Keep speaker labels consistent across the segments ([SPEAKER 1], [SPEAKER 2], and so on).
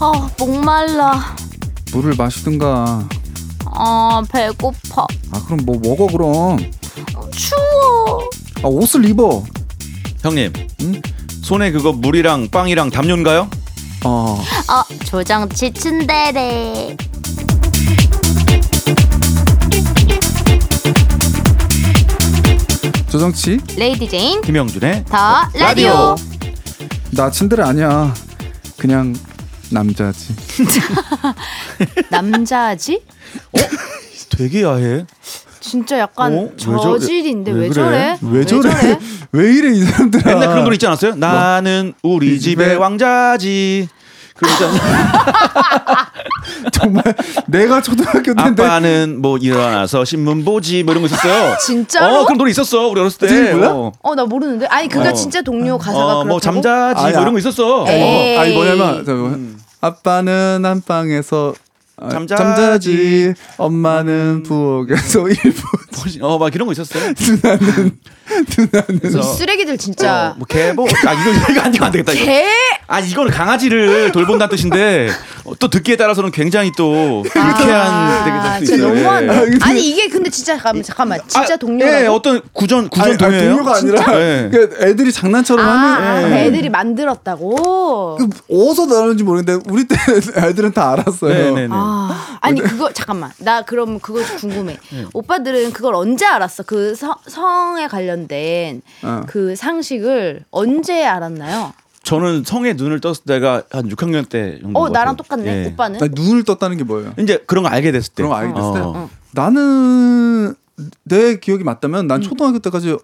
[SPEAKER 1] 아, 목말라.
[SPEAKER 2] 물을 마시든가.
[SPEAKER 1] 아, 배고파.
[SPEAKER 2] 아 그럼 뭐 먹어 그럼.
[SPEAKER 1] 추워.
[SPEAKER 2] 아 옷을 입어.
[SPEAKER 3] 형님 음?
[SPEAKER 2] 응?
[SPEAKER 3] 손에 그거 물이랑 빵이랑 담요인가요?
[SPEAKER 2] 어.
[SPEAKER 1] 아, 조장 지친데래.
[SPEAKER 2] 조정치
[SPEAKER 1] 레이디 제인,
[SPEAKER 3] 김영준의
[SPEAKER 1] 더 라디오.
[SPEAKER 2] 나 친들 아니야. 그냥 남자지.
[SPEAKER 4] 남자지?
[SPEAKER 3] 되게 야해.
[SPEAKER 4] 진짜 약간
[SPEAKER 3] 어? 왜 저-
[SPEAKER 4] 저질인데 왜,
[SPEAKER 3] 왜 그래?
[SPEAKER 4] 저래?
[SPEAKER 2] 왜 저래? 왜 이래 이 사람들아.
[SPEAKER 3] 옛날 그런 노래 있지 않았어요? 나는 뭐? 우리 집의 왕자지. 그런 거 있지 않나요?
[SPEAKER 2] 정말 내가 초등학교 때인데
[SPEAKER 3] 아빠는 뭐 일어나서 신문 보지 뭐 이런 거 있었어요.
[SPEAKER 4] 진짜로?
[SPEAKER 3] 어, 그런 노래 있었어. 우리 어렸을
[SPEAKER 2] 진짜
[SPEAKER 3] 때.
[SPEAKER 2] 몰라?
[SPEAKER 3] 어,
[SPEAKER 4] 어 나 모르는데. 아니 그게
[SPEAKER 3] 어.
[SPEAKER 4] 진짜 동료 가사가
[SPEAKER 3] 어,
[SPEAKER 4] 그렇다고.
[SPEAKER 3] 뭐 잠자지
[SPEAKER 2] 아야.
[SPEAKER 3] 뭐 이런 거 있었어.
[SPEAKER 4] 에이.
[SPEAKER 2] 어, 아니 뭐냐면 저 뭐, 아빠는 안방에서 아,
[SPEAKER 3] 음. 잠자지.
[SPEAKER 2] 잠자지 엄마는 부엌에서 일부
[SPEAKER 3] 어, 막 이런 거 있었어요.
[SPEAKER 2] 누나는 누나는
[SPEAKER 3] 그래서
[SPEAKER 4] 이 쓰레기들 진짜.
[SPEAKER 3] 뭐 개보 아 이거 이거 안 되면 안 되겠다. 이거.
[SPEAKER 4] 개.
[SPEAKER 3] 아 이거는 강아지를 돌본다는 뜻인데 어, 또 듣기에 따라서는 굉장히 또 유쾌한
[SPEAKER 4] 아,
[SPEAKER 3] 되게 될수
[SPEAKER 4] 진짜
[SPEAKER 3] 있어요.
[SPEAKER 4] 너무한다.
[SPEAKER 3] 예.
[SPEAKER 2] 아, 근데-
[SPEAKER 4] 아니 이게 근데 진짜 잠깐만, 잠깐만 진짜
[SPEAKER 3] 아,
[SPEAKER 4] 동료라고.
[SPEAKER 3] 예, 어떤 구전 구전
[SPEAKER 2] 아니, 아니,
[SPEAKER 3] 동료예요? 네.
[SPEAKER 2] 동료가 아니라
[SPEAKER 3] 예.
[SPEAKER 2] 그 애들이 장난처럼
[SPEAKER 4] 아, 아,
[SPEAKER 2] 하는
[SPEAKER 4] 그 애들이 만들었다고.
[SPEAKER 2] 그 어디서 나오는지 모르는데 우리 때 애들은 다 알았어요.
[SPEAKER 3] 네, 네, 네.
[SPEAKER 4] 아, 아니 그거 잠깐만 나 그럼 그거 궁금해
[SPEAKER 3] 네.
[SPEAKER 4] 오빠들은 그걸 언제 알았어 그 성, 성에 관련된
[SPEAKER 2] 어.
[SPEAKER 4] 그 상식을 언제 알았나요
[SPEAKER 3] 저는 성에 눈을 떴을 때가 한 6학년 때 정도.
[SPEAKER 4] 어 나랑
[SPEAKER 3] 같아요.
[SPEAKER 4] 똑같네
[SPEAKER 3] 예.
[SPEAKER 4] 오빠는
[SPEAKER 2] 아니, 눈을 떴다는 게 뭐예요?
[SPEAKER 3] 이제 그런 거 알게 됐을 때.
[SPEAKER 2] 그런 거 알게 됐을 때?
[SPEAKER 3] 네. 어.
[SPEAKER 2] 나는 내 기억이 맞다면
[SPEAKER 4] 음.
[SPEAKER 2] 난 초등학교 때까지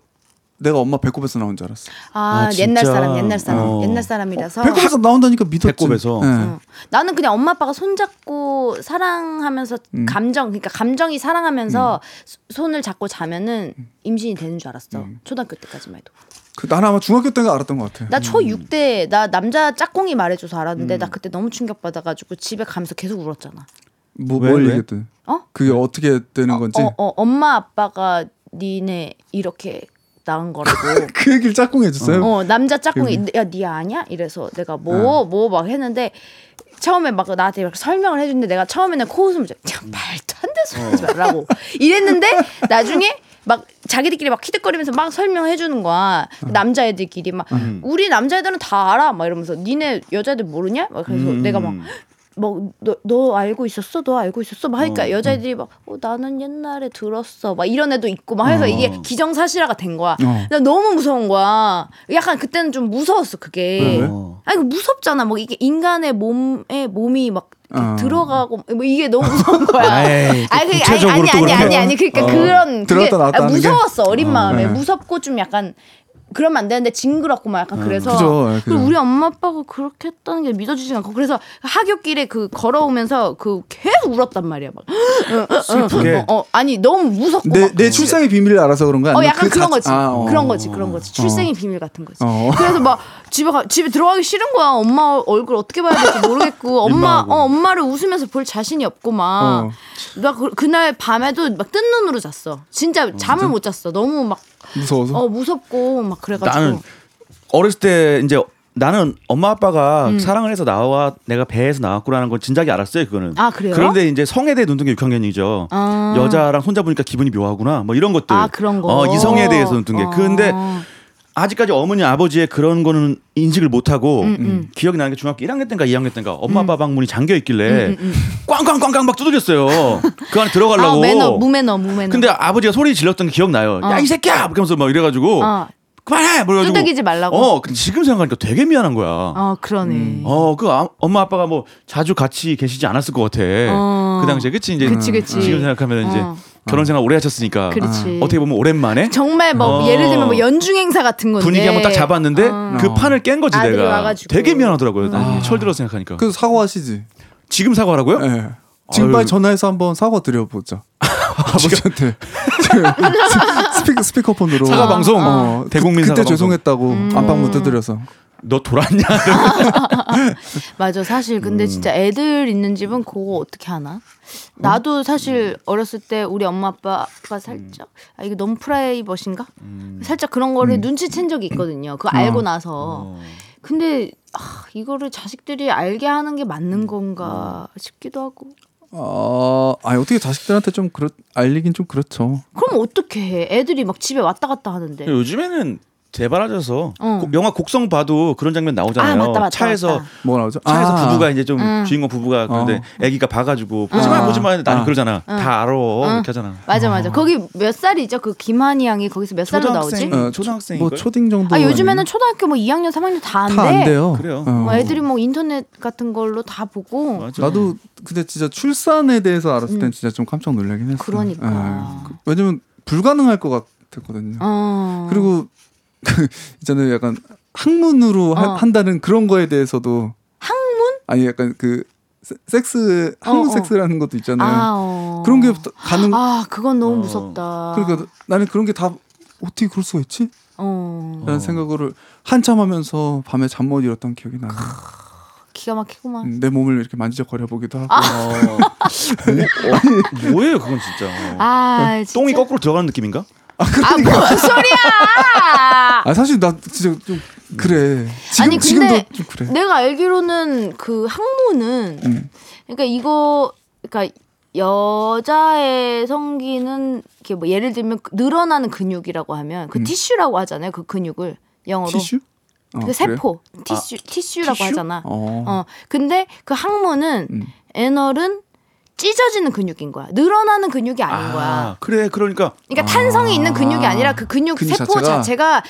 [SPEAKER 2] 내가 엄마 배꼽에서 나온 줄 알았어.
[SPEAKER 4] 아,
[SPEAKER 3] 아,
[SPEAKER 4] 옛날
[SPEAKER 3] 진짜?
[SPEAKER 4] 사람 옛날 사람
[SPEAKER 3] 어.
[SPEAKER 4] 옛날 사람이라서
[SPEAKER 2] 배꼽에서 나온다니까 믿었지.
[SPEAKER 3] 배꼽에서.
[SPEAKER 2] 예.
[SPEAKER 4] 어. 나는 그냥 엄마 아빠가 손잡고 사랑하면서
[SPEAKER 3] 음.
[SPEAKER 4] 감정 그러니까 감정이 사랑하면서 소- 손을 잡고 자면은
[SPEAKER 3] 음.
[SPEAKER 4] 임신이 되는 줄 알았어 초등학교 때까지만 해도
[SPEAKER 2] 그 나는 아마 중학교 때가 알았던 것 같아.
[SPEAKER 4] 나 초 6대 나 남자 짝꿍이 말해줘서 알았는데 나 그때 너무 충격받아가지고 집에 가면서 계속 울었잖아.
[SPEAKER 2] 뭐,
[SPEAKER 3] 왜,
[SPEAKER 2] 뭘
[SPEAKER 3] 왜?
[SPEAKER 2] 얘기했대?
[SPEAKER 4] 어?
[SPEAKER 2] 그게 어떻게 되는 건지.
[SPEAKER 4] 어, 어, 엄마 아빠가 니네 이렇게 낳은 거라고.
[SPEAKER 2] 그 얘기를 짝꿍 해줬어요.
[SPEAKER 4] 어 남자 짝꿍이 야니 아니야? 이래서 내가 뭐
[SPEAKER 2] 네.
[SPEAKER 4] 뭐 막 했는데 처음에 막 나한테 막 설명을 해줬는데 내가 처음에는 코웃음을 쳐. 야 말도 안 돼서
[SPEAKER 2] 어.
[SPEAKER 4] 하지 말라고 이랬는데 나중에 막 자기들끼리 막 키득거리면서 막 설명해 주는 거야
[SPEAKER 2] 음.
[SPEAKER 4] 남자애들끼리 막 우리 남자애들은 다 알아 막 이러면서 니네 여자애들 모르냐? 막 그래서
[SPEAKER 2] 음.
[SPEAKER 4] 내가 막 뭐, 너, 너 알고 있었어? 너 알고 있었어? 막 하니까 여자애들이 막, 어, 나는 옛날에 들었어. 막 이런 애도 있고, 막 해서 이게 기정사실화가 된 거야.
[SPEAKER 2] 어.
[SPEAKER 4] 나 너무 무서운 거야. 약간 그때는 좀 무서웠어, 그게.
[SPEAKER 2] 왜?
[SPEAKER 3] 어.
[SPEAKER 4] 아니, 그 무섭잖아. 막 이게 인간의 몸에 몸이 막
[SPEAKER 2] 어.
[SPEAKER 4] 들어가고, 뭐 이게 너무 무서운 거야.
[SPEAKER 3] 에이, 또
[SPEAKER 4] 아니, 그게 아니,
[SPEAKER 3] 구체적으로
[SPEAKER 4] 아니,
[SPEAKER 3] 또
[SPEAKER 4] 아니,
[SPEAKER 3] 그러네.
[SPEAKER 4] 아니, 아니. 그러니까 그런. 그게
[SPEAKER 2] 들었다 나왔다
[SPEAKER 4] 아,
[SPEAKER 2] 하는 게?
[SPEAKER 4] 무서웠어, 어린 마음에.
[SPEAKER 2] 네.
[SPEAKER 4] 무섭고 좀 약간. 그러면 안 되는데 징그럽고 막 약간 그래서
[SPEAKER 2] 그죠, 예,
[SPEAKER 4] 그리고
[SPEAKER 2] 그죠.
[SPEAKER 4] 우리 엄마 아빠가 그렇게 했다는 게 믿어지지 않고 그래서 학교길에 그 걸어오면서 그 계속 울었단 말이야 막
[SPEAKER 3] 슬프게.
[SPEAKER 4] 어, 어, 아니 너무 무섭고
[SPEAKER 2] 내,
[SPEAKER 4] 막
[SPEAKER 2] 내 출생의 비밀을 알아서 그런 거야?
[SPEAKER 4] 어
[SPEAKER 3] 뭐
[SPEAKER 2] 아니면
[SPEAKER 4] 약간
[SPEAKER 2] 그
[SPEAKER 4] 그런
[SPEAKER 2] 자-
[SPEAKER 4] 거지
[SPEAKER 2] 아, 어.
[SPEAKER 4] 그런 거지 그런 거지 출생의 비밀 같은 거지
[SPEAKER 2] 어.
[SPEAKER 4] 그래서 막 집에 가 집에 들어가기 싫은 거야 엄마 얼굴 어떻게 봐야 될지 모르겠고 엄마
[SPEAKER 3] 민망하고.
[SPEAKER 4] 어 엄마를 웃으면서 볼 자신이 없고 막나
[SPEAKER 2] 어.
[SPEAKER 4] 그, 그날 밤에도 막 뜬 눈으로 잤어 진짜 잠을 못 잤어 너무 막
[SPEAKER 2] 무서워서.
[SPEAKER 4] 어, 무섭고 막 그래가지고
[SPEAKER 3] 나는 어렸을 때 이제 나는 엄마 아빠가
[SPEAKER 4] 음.
[SPEAKER 3] 사랑을 해서 나와 내가 배에서 나왔구라는 건 진작에 알았어요 그거는.
[SPEAKER 4] 아, 그래요?
[SPEAKER 3] 그런데 이제 성에 대해 눈뜬 게 6학년이죠.
[SPEAKER 4] 아.
[SPEAKER 3] 여자랑 혼자 보니까 기분이 묘하구나 뭐 이런 것들.
[SPEAKER 4] 아, 그런 거.
[SPEAKER 3] 어, 이성에 대해서 눈뜬 게.
[SPEAKER 4] 어.
[SPEAKER 3] 근데 아직까지 어머니 아버지의 그런 거는 인식을 못
[SPEAKER 4] 음,
[SPEAKER 3] 하고 음, 기억이 나는 게 중학교 1학년 때인가 2학년 때인가 엄마 아빠 방문이 잠겨
[SPEAKER 4] 음,
[SPEAKER 3] 있길래 꽝꽝꽝꽝 막 두드렸어요. 그 안에 들어가려고.
[SPEAKER 4] 아, 매너 무매너 무매너
[SPEAKER 3] 근데 아버지가 소리 질렀던 게 기억나요. 야 이 새끼야! 그러면서 막 이래가지고
[SPEAKER 4] 어.
[SPEAKER 3] 그만해! 뭐 이래가지고
[SPEAKER 4] 두들기지 말라고.
[SPEAKER 3] 어, 근데 지금 생각하니까 되게 미안한 거야.
[SPEAKER 4] 어 그러네
[SPEAKER 3] 어, 그 아- 엄마 아빠가 뭐 자주 같이 계시지 않았을 것 같아.
[SPEAKER 4] 어.
[SPEAKER 3] 그 당시에 그치 이제
[SPEAKER 4] 그치, 그치.
[SPEAKER 3] 지금 생각하면 이제
[SPEAKER 4] 어.
[SPEAKER 3] 결혼 생활 오래 하셨으니까
[SPEAKER 4] 그렇지.
[SPEAKER 3] 어떻게 보면 오랜만에
[SPEAKER 4] 정말 뭐
[SPEAKER 3] 어.
[SPEAKER 4] 예를 들면 뭐 연중 행사 같은 건데 아.
[SPEAKER 3] 분위기 한번 딱 잡았는데 그 판을 깬 거지
[SPEAKER 4] 네. 아들이
[SPEAKER 3] 내가.
[SPEAKER 4] 와가지고. 아.
[SPEAKER 3] 되게 미안하더라고요. 나중에 철들어 생각하니까.
[SPEAKER 2] 그래서 사과하시지.
[SPEAKER 3] 지금 사과하라고요?
[SPEAKER 2] 예. 지금
[SPEAKER 3] 아유. 아,
[SPEAKER 2] 빨리 전화해서 한번 사과 드려보자. 아버지한테 지금 스피커 스피커폰으로
[SPEAKER 3] 사과 방송? 아.
[SPEAKER 2] 어,
[SPEAKER 3] 대국민
[SPEAKER 2] 그, 그때
[SPEAKER 3] 사과 방송.
[SPEAKER 2] 죄송했다고
[SPEAKER 4] 음.
[SPEAKER 2] 안방 못 두드려서
[SPEAKER 3] 너 돌았냐?
[SPEAKER 4] 맞아 사실
[SPEAKER 3] 음.
[SPEAKER 4] 근데 진짜 애들 있는 집은 그거 어떻게 하나 나도 사실
[SPEAKER 3] 음.
[SPEAKER 4] 어렸을 때 우리 엄마 아빠가 살짝 아 이게 너무 프라이버신가
[SPEAKER 3] 음. 어.
[SPEAKER 4] 살짝 그런 거를 눈치챈 적이 있거든요 그거 알고 나서 근데 아, 이거를 자식들이 알게 하는 게
[SPEAKER 3] 음.
[SPEAKER 4] 맞는 건가 싶기도 하고.
[SPEAKER 2] 아, 아니 어떻게 자식들한테 좀 그렇 알리긴 좀 그렇죠.
[SPEAKER 4] 그럼 어떻게 해? 애들이 막 집에 왔다 갔다 하는데.
[SPEAKER 3] 그 요즘에는 재발하셔서
[SPEAKER 4] 어.
[SPEAKER 3] 고- 영화 곡성 봐도 그런 장면 나오잖아요.
[SPEAKER 4] 아, 맞다, 맞다,
[SPEAKER 3] 차에서
[SPEAKER 4] 맞다.
[SPEAKER 2] 뭐가 나오죠?
[SPEAKER 3] 차에서
[SPEAKER 2] 아,
[SPEAKER 3] 부부가 이제 좀
[SPEAKER 4] 음. 어.
[SPEAKER 3] 주인공 부부가 그런데 아기가 봐가지고 보지
[SPEAKER 2] 아.
[SPEAKER 3] 마 보지 마 했는데 나는
[SPEAKER 2] 아.
[SPEAKER 3] 어. 그러잖아. 다 알아 이렇게 하잖아.
[SPEAKER 4] 맞아 맞아. 거기 몇 살이죠? 그 김한이 양이 거기서 몇 살로 나오지?
[SPEAKER 3] 어. 초등학생.
[SPEAKER 2] 어,
[SPEAKER 3] 초등학생인
[SPEAKER 2] 뭐
[SPEAKER 3] 거예요?
[SPEAKER 2] 초딩 정도.
[SPEAKER 4] 아 요즘에는 초등학교 뭐 2학년, 3학년 다 안 돼.
[SPEAKER 2] 다안 돼요.
[SPEAKER 3] 그래요.
[SPEAKER 2] 어.
[SPEAKER 4] 뭐 애들이 뭐 인터넷 같은 걸로 다 보고
[SPEAKER 3] 맞아.
[SPEAKER 2] 나도 근데 진짜 출산에 대해서 알았을 땐 진짜 좀 깜짝 놀라긴 했어.
[SPEAKER 4] 음. 그러니까.
[SPEAKER 2] 왜냐면 불가능할 것 같았거든요.
[SPEAKER 4] 어.
[SPEAKER 2] 그리고 그 있잖아요, 약간 학문으로 하-
[SPEAKER 4] 어.
[SPEAKER 2] 한다는 그런 거에 대해서도
[SPEAKER 4] 학문?
[SPEAKER 2] 아니 약간 그 세- 섹스 학문
[SPEAKER 4] 어, 어.
[SPEAKER 2] 섹스라는 것도 있잖아요.
[SPEAKER 4] 아, 어.
[SPEAKER 2] 네. 그런 게 다- 가능.
[SPEAKER 4] 아, 그건 너무
[SPEAKER 3] 어.
[SPEAKER 4] 무섭다.
[SPEAKER 2] 그러니까 나는 그런 게 다 어떻게 그럴 수가 있지?
[SPEAKER 4] 어.
[SPEAKER 2] 라는
[SPEAKER 3] 어.
[SPEAKER 2] 생각을 한참 하면서 밤에 잠 못 이뤘던 기억이 나요.
[SPEAKER 4] 기가 막히구만.
[SPEAKER 2] 음, 내 몸을 이렇게 만지작거려 보기도 하고.
[SPEAKER 4] 아.
[SPEAKER 3] 어. 뭐- 어, 뭐예요 그건 진짜. 어.
[SPEAKER 4] 아, 진짜?
[SPEAKER 3] 똥이 거꾸로 들어가는 느낌인가?
[SPEAKER 4] 아, 뭔 소리야!
[SPEAKER 2] 아 사실 나 진짜 좀 그래. 지금,
[SPEAKER 4] 아니, 근데
[SPEAKER 2] 지금도 좀 그래.
[SPEAKER 4] 내가 알기로는 그 학문은
[SPEAKER 2] 음.
[SPEAKER 4] 그러니까 이거 그러니까 여자의 성기는 이렇게 뭐 예를 들면 그- 늘어나는 근육이라고 하면 그
[SPEAKER 2] 음.
[SPEAKER 4] 티슈라고 하잖아요. 그 근육을 영어로
[SPEAKER 2] 티슈? 어,
[SPEAKER 4] 그
[SPEAKER 2] 그래요? 아,
[SPEAKER 4] 세포 티슈 티슈라고
[SPEAKER 3] 티슈?
[SPEAKER 4] 하잖아. 어.
[SPEAKER 2] 어.
[SPEAKER 4] 근데 그 학문은
[SPEAKER 2] 음.
[SPEAKER 4] 애널은 찢어지는 근육인 거야. 늘어나는 근육이 아닌 거야.
[SPEAKER 3] 그래 그러니까
[SPEAKER 4] 그러니까 탄성이 있는 근육이 아니라 그 근육,
[SPEAKER 2] 근육
[SPEAKER 4] 세포
[SPEAKER 2] 자체가?
[SPEAKER 4] 자체가,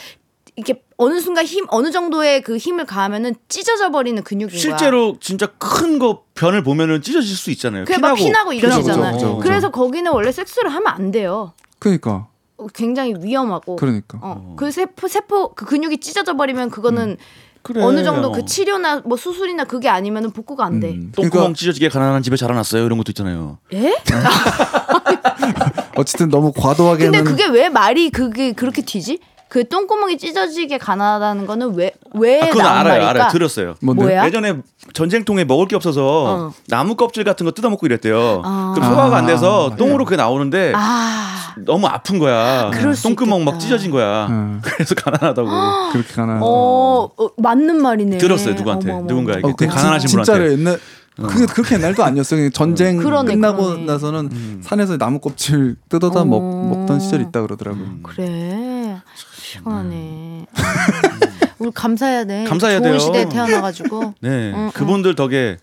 [SPEAKER 4] 이렇게 어느 순간 힘 어느 정도의 그 힘을 가하면은 찢어져 버리는 근육인 거야.
[SPEAKER 3] 실제로 진짜 큰 거 변을 보면은 찢어질 수 있잖아요. 그렇죠,
[SPEAKER 4] 그게 막 피나고
[SPEAKER 2] 피나고,
[SPEAKER 4] 이러잖아요.
[SPEAKER 2] 그죠, 그죠, 그죠.
[SPEAKER 4] 그래서 거기는 원래 섹스를 하면 안 돼요.
[SPEAKER 2] 그러니까.
[SPEAKER 4] 어, 굉장히 위험하고.
[SPEAKER 2] 그러니까.
[SPEAKER 4] 어. 그 세포 세포 그 근육이 찢어져 버리면 그거는
[SPEAKER 2] 음.
[SPEAKER 3] 그래.
[SPEAKER 4] 어느 정도 그
[SPEAKER 3] 어.
[SPEAKER 4] 치료나 뭐 수술이나 그게 아니면은 복구가 안 돼.
[SPEAKER 2] 음.
[SPEAKER 3] 똥구멍
[SPEAKER 2] 그러니까
[SPEAKER 3] 찢어지게 가난한 집에 자라났어요 이런 것도 있잖아요.
[SPEAKER 4] 예?
[SPEAKER 2] 어쨌든 너무 과도하게는
[SPEAKER 4] 근데 그게 왜 말이 그게 그렇게 튀지? 그 똥구멍이 찢어지게 가난하다는 거는 왜왜
[SPEAKER 3] 아, 그건
[SPEAKER 4] 네, 나온
[SPEAKER 3] 알아요,
[SPEAKER 4] 말일까?
[SPEAKER 3] 알아요. 들었어요.
[SPEAKER 2] 뭔데?
[SPEAKER 4] 뭐야?
[SPEAKER 3] 예전에 전쟁통에 먹을 게 없어서
[SPEAKER 4] 어.
[SPEAKER 3] 나무 껍질 같은 거 뜯어먹고 이랬대요.
[SPEAKER 4] 아.
[SPEAKER 3] 그럼 소화가 안 돼서
[SPEAKER 2] 아,
[SPEAKER 3] 똥으로 그게 나오는데
[SPEAKER 4] 아,
[SPEAKER 3] 너무 아픈 거야.
[SPEAKER 4] 그럴 수
[SPEAKER 3] 똥구멍
[SPEAKER 4] 있겠다. 아.
[SPEAKER 3] 막 찢어진 거야.
[SPEAKER 2] 음.
[SPEAKER 3] 그래서 가난하다고.
[SPEAKER 2] 그렇게 가나.
[SPEAKER 4] 어, 어, 맞는 말이네.
[SPEAKER 3] 음. 들었어요, 누구한테.
[SPEAKER 4] 어머, 어머,
[SPEAKER 3] 누군가에게.
[SPEAKER 4] 어머.
[SPEAKER 3] 되게
[SPEAKER 2] 그거
[SPEAKER 3] 가난하신
[SPEAKER 2] 진- 진짜로
[SPEAKER 3] 분한테. 어.
[SPEAKER 2] 옛날 그게 그렇게 옛날도 아니었어요. 그냥 전쟁
[SPEAKER 4] 음. 그러네,
[SPEAKER 2] 끝나고
[SPEAKER 4] 그러네.
[SPEAKER 2] 나서는
[SPEAKER 3] 음.
[SPEAKER 2] 산에서 나무 껍질 뜯어다 먹, 먹던 시절이 있다 그러더라고요.
[SPEAKER 3] 음.
[SPEAKER 4] 그래. 시원하네. 우리 감사해야 돼.
[SPEAKER 3] 감사해야
[SPEAKER 4] 좋은
[SPEAKER 3] 돼요.
[SPEAKER 4] 시대에 태어나가지고.
[SPEAKER 3] 네,
[SPEAKER 4] 음,
[SPEAKER 3] 그분들 덕에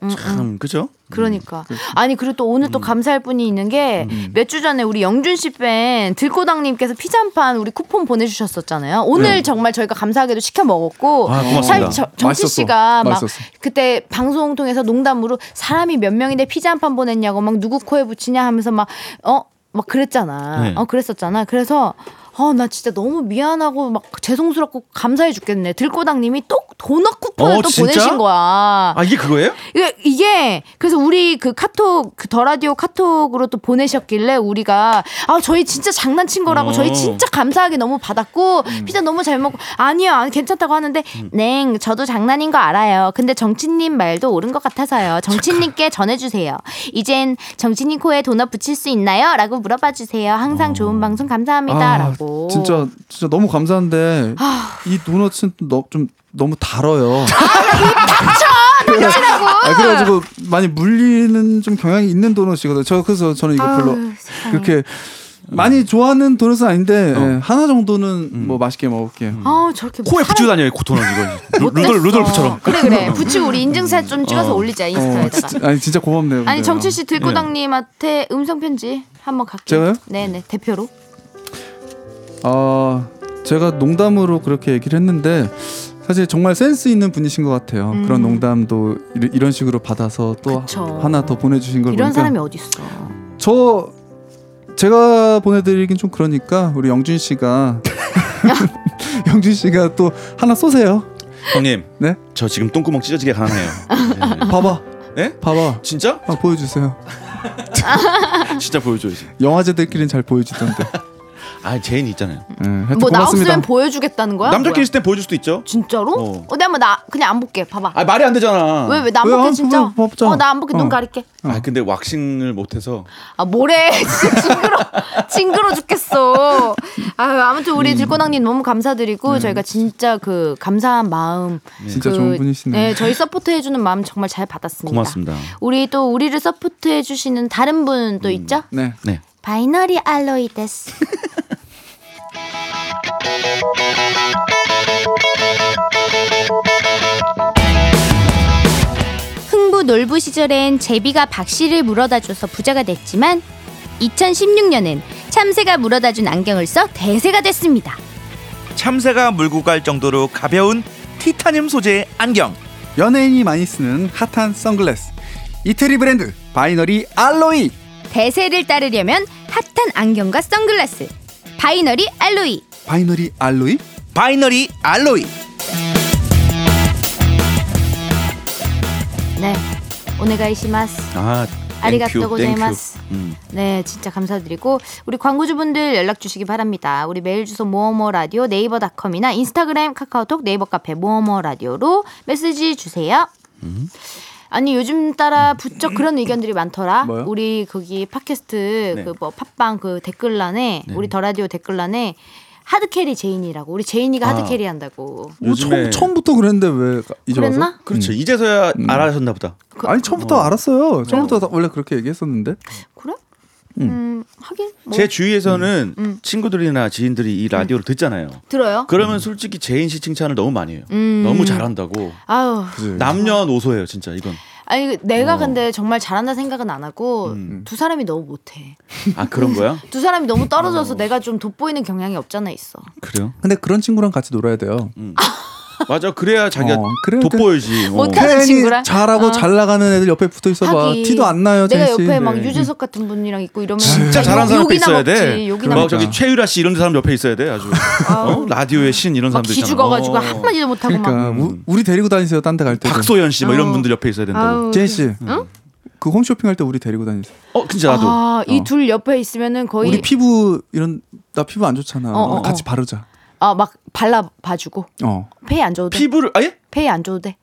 [SPEAKER 3] 참 음, 그죠? 음.
[SPEAKER 4] 그러니까.
[SPEAKER 3] 그렇죠.
[SPEAKER 4] 아니 그리고 또 오늘 또 감사할 분이 있는 게 몇 주 전에 우리 영준 씨 팬 들고당님께서 피자 한 판 우리 쿠폰 보내주셨었잖아요. 오늘
[SPEAKER 3] 네.
[SPEAKER 4] 정말 저희가 감사하게도 시켜 먹었고.
[SPEAKER 3] 아, 고맙습니다.
[SPEAKER 4] 살 저- 정치
[SPEAKER 2] 맛있었어.
[SPEAKER 4] 씨가 막
[SPEAKER 2] 맛있었어.
[SPEAKER 4] 그때 방송 통해서 농담으로 사람이 몇 명인데 피자 한 판 보냈냐고 막 누구 코에 붙이냐 하면서 막 어? 막 그랬잖아.
[SPEAKER 3] 네.
[SPEAKER 4] 어 그랬었잖아. 그래서 어 나 진짜 너무 미안하고 막 죄송스럽고 감사해 죽겠네. 들고당님이 또 도넛 쿠폰을
[SPEAKER 3] 어,
[SPEAKER 4] 또
[SPEAKER 3] 진짜?
[SPEAKER 4] 보내신 거야.
[SPEAKER 3] 아 이게 그거예요?
[SPEAKER 4] 이게, 이게 그래서 우리 그 카톡 그 더 라디오 카톡으로 또 보내셨길래 우리가 아 저희 진짜 장난친 거라고
[SPEAKER 3] 어. 음.
[SPEAKER 4] 저희 진짜 감사하게 너무 받았고 피자 너무 잘 먹고 아니요 아니, 괜찮다고 하는데 냉 저도 장난인 거 알아요 근데 정치님 말도 옳은 것 같아서요 정치님께 전해주세요 이젠 정치님 코에 도넛 붙일 수 있나요? 라고 물어봐 주세요 항상 좋은 방송 감사합니다 라고
[SPEAKER 2] 아,
[SPEAKER 3] 아,
[SPEAKER 4] 아.
[SPEAKER 2] 진짜 진짜 너무 감사한데 이 도넛은 너, 좀 너무 달아요. 아, 그래가지고 많이 물리는 좀 경향이 있는 도넛이거든요. 저 그래서 저는 이거 별로
[SPEAKER 4] 아유, 네. 세상에.
[SPEAKER 2] 그렇게
[SPEAKER 3] 음.
[SPEAKER 2] 많이 좋아하는 도넛은 아닌데 예,
[SPEAKER 3] 어.
[SPEAKER 2] 하나 정도는
[SPEAKER 3] 음.
[SPEAKER 2] 뭐 맛있게 먹을게요.
[SPEAKER 4] 아 저렇게
[SPEAKER 3] 코에
[SPEAKER 4] 사람-
[SPEAKER 3] 붙이고 다녀요 고토는 이거. 루-
[SPEAKER 4] 못됐어.
[SPEAKER 3] 루돌 루돌프처럼.
[SPEAKER 4] 그래 그래 붙이고 우리 인증샷 좀 찍어서
[SPEAKER 3] 어.
[SPEAKER 4] 올리자
[SPEAKER 2] 어,
[SPEAKER 4] 인스타에다가
[SPEAKER 2] 진짜, 아니 진짜 고맙네요.
[SPEAKER 4] 아니
[SPEAKER 2] 근데요. 네.
[SPEAKER 4] 정치 씨 들고당님한테 음성 편지 한번 갈게요.
[SPEAKER 2] 제가요?
[SPEAKER 4] 네네 대표로.
[SPEAKER 2] 아 제가 농담으로 그렇게 얘기를 했는데 사실 정말 센스 있는 분이신 것 같아요. 그런 농담도 이, 런 식으로 받아서 또
[SPEAKER 4] 음. 그쵸.
[SPEAKER 2] 하나 더 보내주신 걸
[SPEAKER 4] 이런
[SPEAKER 2] 보니까
[SPEAKER 4] 사람이 어디 있어?
[SPEAKER 2] 네, 저 제가 보내드리긴 좀 그러니까 우리 영준 씨가 영준 씨가 또 하나 쏘세요.
[SPEAKER 3] 형님,
[SPEAKER 2] 네?
[SPEAKER 3] 저 지금 똥구멍 찢어지게 가난해요. 네.
[SPEAKER 2] 봐봐.
[SPEAKER 3] 예?
[SPEAKER 2] 봐봐.
[SPEAKER 3] 진짜?
[SPEAKER 2] 아, 보여주세요.
[SPEAKER 4] 아.
[SPEAKER 3] 진짜 보여줘야지.
[SPEAKER 2] 영화제들끼리는 잘 보여주던데.
[SPEAKER 3] 아 제인 있잖아요.
[SPEAKER 2] 예, 하여튼
[SPEAKER 4] 뭐 나
[SPEAKER 2] 고맙습니다.
[SPEAKER 4] 없으면 보여주겠다는 거야?
[SPEAKER 3] 남자끼리
[SPEAKER 4] 뭐야?
[SPEAKER 3] 있을 땐 보여줄 수도 있죠.
[SPEAKER 4] 진짜로?
[SPEAKER 3] 어.
[SPEAKER 4] 어, 근데 한번 나 그냥 안 볼게. 봐봐.
[SPEAKER 3] 아 말이 안 되잖아.
[SPEAKER 4] 왜 왜 나 안
[SPEAKER 2] 왜요?
[SPEAKER 4] 볼게 진짜?
[SPEAKER 2] 그냥 뽑자.
[SPEAKER 4] 어 나 안 볼게
[SPEAKER 2] 어.
[SPEAKER 4] 눈 가릴게.
[SPEAKER 3] 아 근데 왁싱을 못해서
[SPEAKER 4] 아 뭐래? 진짜 징그러 징그러 죽겠어. 아유 아무튼
[SPEAKER 2] 음.
[SPEAKER 4] 우리 들고당님 너무 감사드리고 저희가 진짜 그 감사한 마음.
[SPEAKER 2] 네. 진짜
[SPEAKER 4] 그,
[SPEAKER 2] 좋은 분이시네요.
[SPEAKER 4] 네 저희 서포트 해주는 마음 정말 잘 받았습니다.
[SPEAKER 3] 고맙습니다.
[SPEAKER 4] 우리 또 우리를 서포트 해주시는 다른 분 또 있죠?
[SPEAKER 2] 네.
[SPEAKER 3] 네.
[SPEAKER 1] 바이너리 알로이데스. 흥부 놀부 시절엔 제비가 박씨를 물어다줘서 부자가 됐지만 2016년엔 참새가 물어다준 안경을 써 대세가 됐습니다.
[SPEAKER 5] 참새가 물고 갈 정도로 가벼운 티타늄 소재의 안경
[SPEAKER 2] 연예인이 많이 쓰는 핫한 선글라스. 이태리 브랜드 바이너리 알로이.
[SPEAKER 1] 대세를 따르려면 핫한 안경과 선글라스. 바이너리 알로이.
[SPEAKER 2] 바이너리 알로이?
[SPEAKER 5] 바이너리 알로이
[SPEAKER 4] 네. 오네가이시마스.
[SPEAKER 3] 아
[SPEAKER 4] 아리가또
[SPEAKER 3] 땡큐,
[SPEAKER 4] 고자이마스.
[SPEAKER 3] 땡큐. 음.
[SPEAKER 4] 네, 진짜 감사드리고 우리 광고주분들 연락 주시기 바랍니다. 우리 메일 주소 모어모 라디오 네이버닷컴이나 인스타그램, 카카오톡, 네이버 카페 모어모 라디오로 메시지 주세요.
[SPEAKER 3] 음.
[SPEAKER 4] 아니 요즘 따라 부쩍 그런 의견들이 많더라.
[SPEAKER 2] 뭐요?
[SPEAKER 4] 우리 거기 팟캐스트
[SPEAKER 3] 네.
[SPEAKER 4] 그 뭐 팟빵 그 댓글란에 우리 더 라디오 댓글란에 하드캐리 제인이라고 우리 제인이가
[SPEAKER 3] 아.
[SPEAKER 4] 하드캐리 한다고.
[SPEAKER 2] 뭐 처음,
[SPEAKER 3] 요즘에-
[SPEAKER 2] 처음부터 그랬는데 왜 이제 와서?
[SPEAKER 4] 그랬나? 그-
[SPEAKER 3] 그렇죠. 이제서야 알아셨나 보다.
[SPEAKER 2] 아니 처음부터 알았어요. 처음부터 다- 원래 그렇게 얘기했었는데.
[SPEAKER 4] 그래? 음, 하긴 뭐 음.
[SPEAKER 3] 제 주위에서는 친구들이나 지인들이 이 라디오를 듣잖아요.
[SPEAKER 4] 들어요.
[SPEAKER 3] 그러면 솔직히 제인 씨 칭찬을 너무 많이 해요.
[SPEAKER 4] 음.
[SPEAKER 3] 너무 잘한다고.
[SPEAKER 4] 아우
[SPEAKER 3] 남녀노소예요, 진짜 이건.
[SPEAKER 4] 아니 내가 근데 정말 잘한다 생각은 안 하고 두 사람이 너무 못해.
[SPEAKER 3] 아 그런 거야?
[SPEAKER 4] 두 사람이 너무 떨어져서 내가 좀 돋보이는 경향이 없잖아 있어.
[SPEAKER 3] 그래요?
[SPEAKER 2] 근데 그런 친구랑 같이 놀아야 돼요.
[SPEAKER 3] 맞아. 그래야 자기가
[SPEAKER 2] 어, 그래,
[SPEAKER 3] 돋보이지. 어.
[SPEAKER 4] 못하- 다른
[SPEAKER 2] 괜히
[SPEAKER 4] 친구랑? 아.
[SPEAKER 2] 잘하고 잘 나가는 애들 옆에 붙어 있어봐.
[SPEAKER 4] 하긴
[SPEAKER 2] 티도 안 나요,
[SPEAKER 4] 내가
[SPEAKER 2] 제인 씨.
[SPEAKER 4] 옆에 막
[SPEAKER 3] 네.
[SPEAKER 4] 유재석 같은 분이랑 있고 이러면
[SPEAKER 3] 진짜 잘하는 사람 옆에 있어야 돼.
[SPEAKER 4] 욕이나
[SPEAKER 3] 막
[SPEAKER 4] 먹지.
[SPEAKER 3] 저기 최유라 씨 이런 사람 옆에 있어야 돼. 아주 어? 라디오의 신 이런
[SPEAKER 4] 막
[SPEAKER 3] 사람들 있잖아.
[SPEAKER 4] 기죽어가지고
[SPEAKER 3] 어.
[SPEAKER 4] 한마디도 못하고 막.
[SPEAKER 2] 그러니까 우- 우리 데리고 다니세요. 딴 데 갈 때.
[SPEAKER 3] 박소연 씨 뭐 이런 분들 옆에 있어야 된다고.
[SPEAKER 4] 아우.
[SPEAKER 2] 제인 씨. 그 홈쇼핑 할 때 우리 데리고 다니세요.
[SPEAKER 3] 어, 진짜 나도.
[SPEAKER 4] 아이 둘 옆에 있으면은
[SPEAKER 2] 우리
[SPEAKER 4] 거의
[SPEAKER 2] 피부 이런 나 피부 안 좋잖아.
[SPEAKER 4] 어, 어,
[SPEAKER 2] 같이
[SPEAKER 4] 어.
[SPEAKER 2] 바르자.
[SPEAKER 4] 아 막 발라 봐주고
[SPEAKER 2] 어.
[SPEAKER 4] 페이 안 줘도 돼.
[SPEAKER 3] 피부를 아예?
[SPEAKER 4] 페이 안 줘도 돼.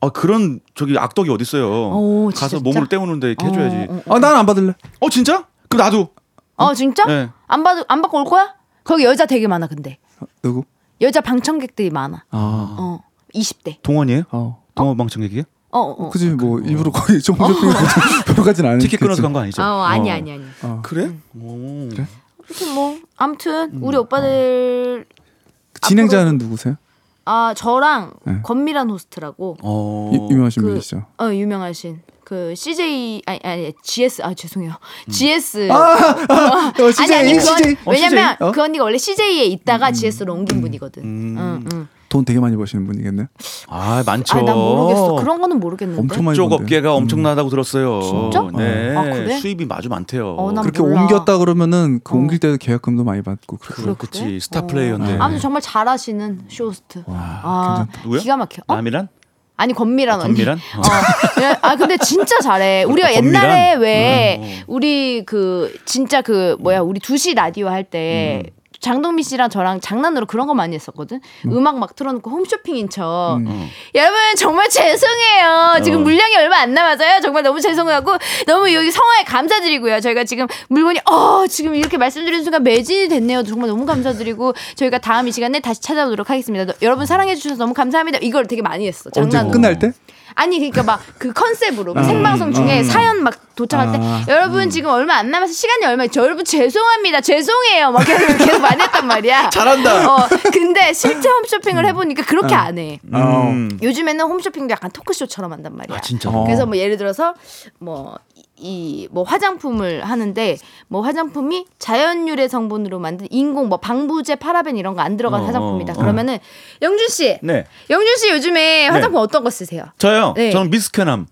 [SPEAKER 3] 아 그런 저기 악덕이 어딨어요
[SPEAKER 4] 오, 진짜,
[SPEAKER 3] 가서
[SPEAKER 4] 진짜?
[SPEAKER 3] 몸으로 때우는데 이렇게 해줘야지. 어,
[SPEAKER 2] 아, 난 안 받을래.
[SPEAKER 3] 진짜? 그럼 나도.
[SPEAKER 4] 어 진짜?
[SPEAKER 3] 네.
[SPEAKER 4] 안 받, 안 받고 올 거야? 거기 여자 되게 많아 근데
[SPEAKER 2] 아, 누구?
[SPEAKER 4] 여자 방청객들이 많아.
[SPEAKER 2] 아.
[SPEAKER 4] 어 20대.
[SPEAKER 3] 동원이에요?
[SPEAKER 2] 어.
[SPEAKER 3] 동원방청객이요?
[SPEAKER 4] 어 어.
[SPEAKER 2] 그지 뭐 일부러 거의 좀 홈쇼핑 보러 가진 않으니까.
[SPEAKER 3] 아, 티켓 끊어서 간 거 아니죠?
[SPEAKER 4] 어, 아니 음. 아니 아니.
[SPEAKER 3] 그래? 어. 오.
[SPEAKER 4] 아무튼 뭐 아무튼
[SPEAKER 3] 음.
[SPEAKER 4] 우리 오빠들
[SPEAKER 2] 진행자는 누구세요?
[SPEAKER 4] 아 저랑
[SPEAKER 2] 네.
[SPEAKER 4] 권미란 호스트라고
[SPEAKER 3] 어.
[SPEAKER 2] 유- 유명하신
[SPEAKER 4] 그-
[SPEAKER 2] 분이시죠.
[SPEAKER 4] 어 유명하신 그 CJ 아니 아니 GS 아 죄송해요
[SPEAKER 3] 음.
[SPEAKER 4] GS
[SPEAKER 2] 아, 어, CJ,
[SPEAKER 4] 아니 아니 그 언-
[SPEAKER 2] CJ. 어,
[SPEAKER 4] 왜냐면
[SPEAKER 2] CJ. 어?
[SPEAKER 4] 그 언니가 원래 CJ에 있다가 GS로 옮긴 분이거든.
[SPEAKER 3] 음.
[SPEAKER 4] 응, 응.
[SPEAKER 2] 돈 되게 많이 버시는 분이겠네.
[SPEAKER 3] 아 많죠.
[SPEAKER 4] 아난 모르겠어. 그런 거는 모르겠는데.
[SPEAKER 2] 엄청 많이
[SPEAKER 3] 쪽
[SPEAKER 2] 버는데.
[SPEAKER 3] 업계가 엄청나다고 들었어요.
[SPEAKER 4] 진짜?
[SPEAKER 3] 네.
[SPEAKER 4] 아, 그래?
[SPEAKER 3] 수입이 아주 많대요.
[SPEAKER 4] 어, 나
[SPEAKER 2] 그렇게
[SPEAKER 4] 몰라.
[SPEAKER 2] 옮겼다 그러면은 그
[SPEAKER 4] 어.
[SPEAKER 2] 옮길 때도 계약금도 많이 받고 그렇게
[SPEAKER 4] 그래,
[SPEAKER 3] 그렇겠지.
[SPEAKER 4] 그래?
[SPEAKER 3] 스타
[SPEAKER 4] 어.
[SPEAKER 3] 플레이어인데.
[SPEAKER 4] 아무튼 정말 잘하시는 쇼호스트. 아,
[SPEAKER 3] 누구야?
[SPEAKER 4] 기가 막혀. 어?
[SPEAKER 3] 남이란?
[SPEAKER 4] 아니 권미란 언니.
[SPEAKER 3] 권미란?
[SPEAKER 4] 어. 예, 아 근데 진짜 잘해. 우리가
[SPEAKER 3] 권미란?
[SPEAKER 4] 옛날에 왜
[SPEAKER 3] 음,
[SPEAKER 4] 우리 그 진짜 그 뭐야 우리 2시 라디오 할 때 장동민 씨랑 저랑 장난으로 그런 거 많이 했었거든. 음악 막 틀어놓고 홈쇼핑인 척. 여러분 정말 죄송해요. 지금
[SPEAKER 3] 어.
[SPEAKER 4] 물량이 얼마 안 남아서요. 정말 너무 죄송하고 너무 여기 성화에 감사드리고요. 저희가 지금 물건이 어 지금 이렇게 말씀드리는 순간 매진이 됐네요. 정말 너무 감사드리고 저희가 다음 이 시간에 다시 찾아오도록 하겠습니다. 너- 여러분 사랑해 주셔서 너무 감사합니다. 이걸 되게 많이 했어.
[SPEAKER 2] 언제 뭐.
[SPEAKER 4] 장난으로.
[SPEAKER 2] 끝날 때?
[SPEAKER 4] 아니 그러니까 막 그 컨셉으로
[SPEAKER 3] 음,
[SPEAKER 4] 그 생방송 중에 사연 막 도착할 때
[SPEAKER 2] 아.
[SPEAKER 4] 여러분 지금 얼마 안 남아서 시간이 얼마 있죠 여러분 죄송합니다 죄송해요 막 계속 계속 많이 했단 말이야
[SPEAKER 3] 잘한다.
[SPEAKER 4] 어 근데 실제 홈쇼핑을 해보니까 그렇게 안 해
[SPEAKER 2] 어.
[SPEAKER 3] 음.
[SPEAKER 4] 요즘에는 홈쇼핑도 약간 토크쇼처럼 한단 말이야
[SPEAKER 3] 아 진짜.
[SPEAKER 2] 어.
[SPEAKER 4] 그래서 뭐 예를 들어서 뭐 이 뭐 화장품을 하는데 뭐 화장품이 자연 유래 성분으로 만든 인공 뭐 방부제 파라벤 이런 거 안 들어간
[SPEAKER 3] 어,
[SPEAKER 4] 화장품이다
[SPEAKER 3] 어.
[SPEAKER 4] 그러면은 영준 씨
[SPEAKER 3] 네.
[SPEAKER 4] 영준 씨 요즘에 화장품 어떤 거 쓰세요?
[SPEAKER 3] 저요.
[SPEAKER 4] 네.
[SPEAKER 3] 저는 미스케남.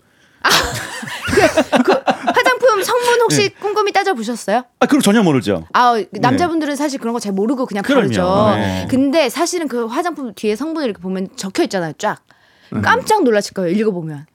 [SPEAKER 4] 그 화장품 성분
[SPEAKER 3] 네.
[SPEAKER 4] 혹시 꼼꼼히 따져 보셨어요?
[SPEAKER 3] 아 그럼 전혀 모르죠.
[SPEAKER 4] 아 남자분들은 사실 그런 거 잘 모르고 그냥 바르죠.
[SPEAKER 3] 네. 그럼요. 네.
[SPEAKER 4] 근데 사실은
[SPEAKER 3] 음.
[SPEAKER 4] 그 화장품 뒤에 성분을 이렇게 보면 적혀 있잖아요. 쫙 깜짝 놀라실 거예요. 읽어보면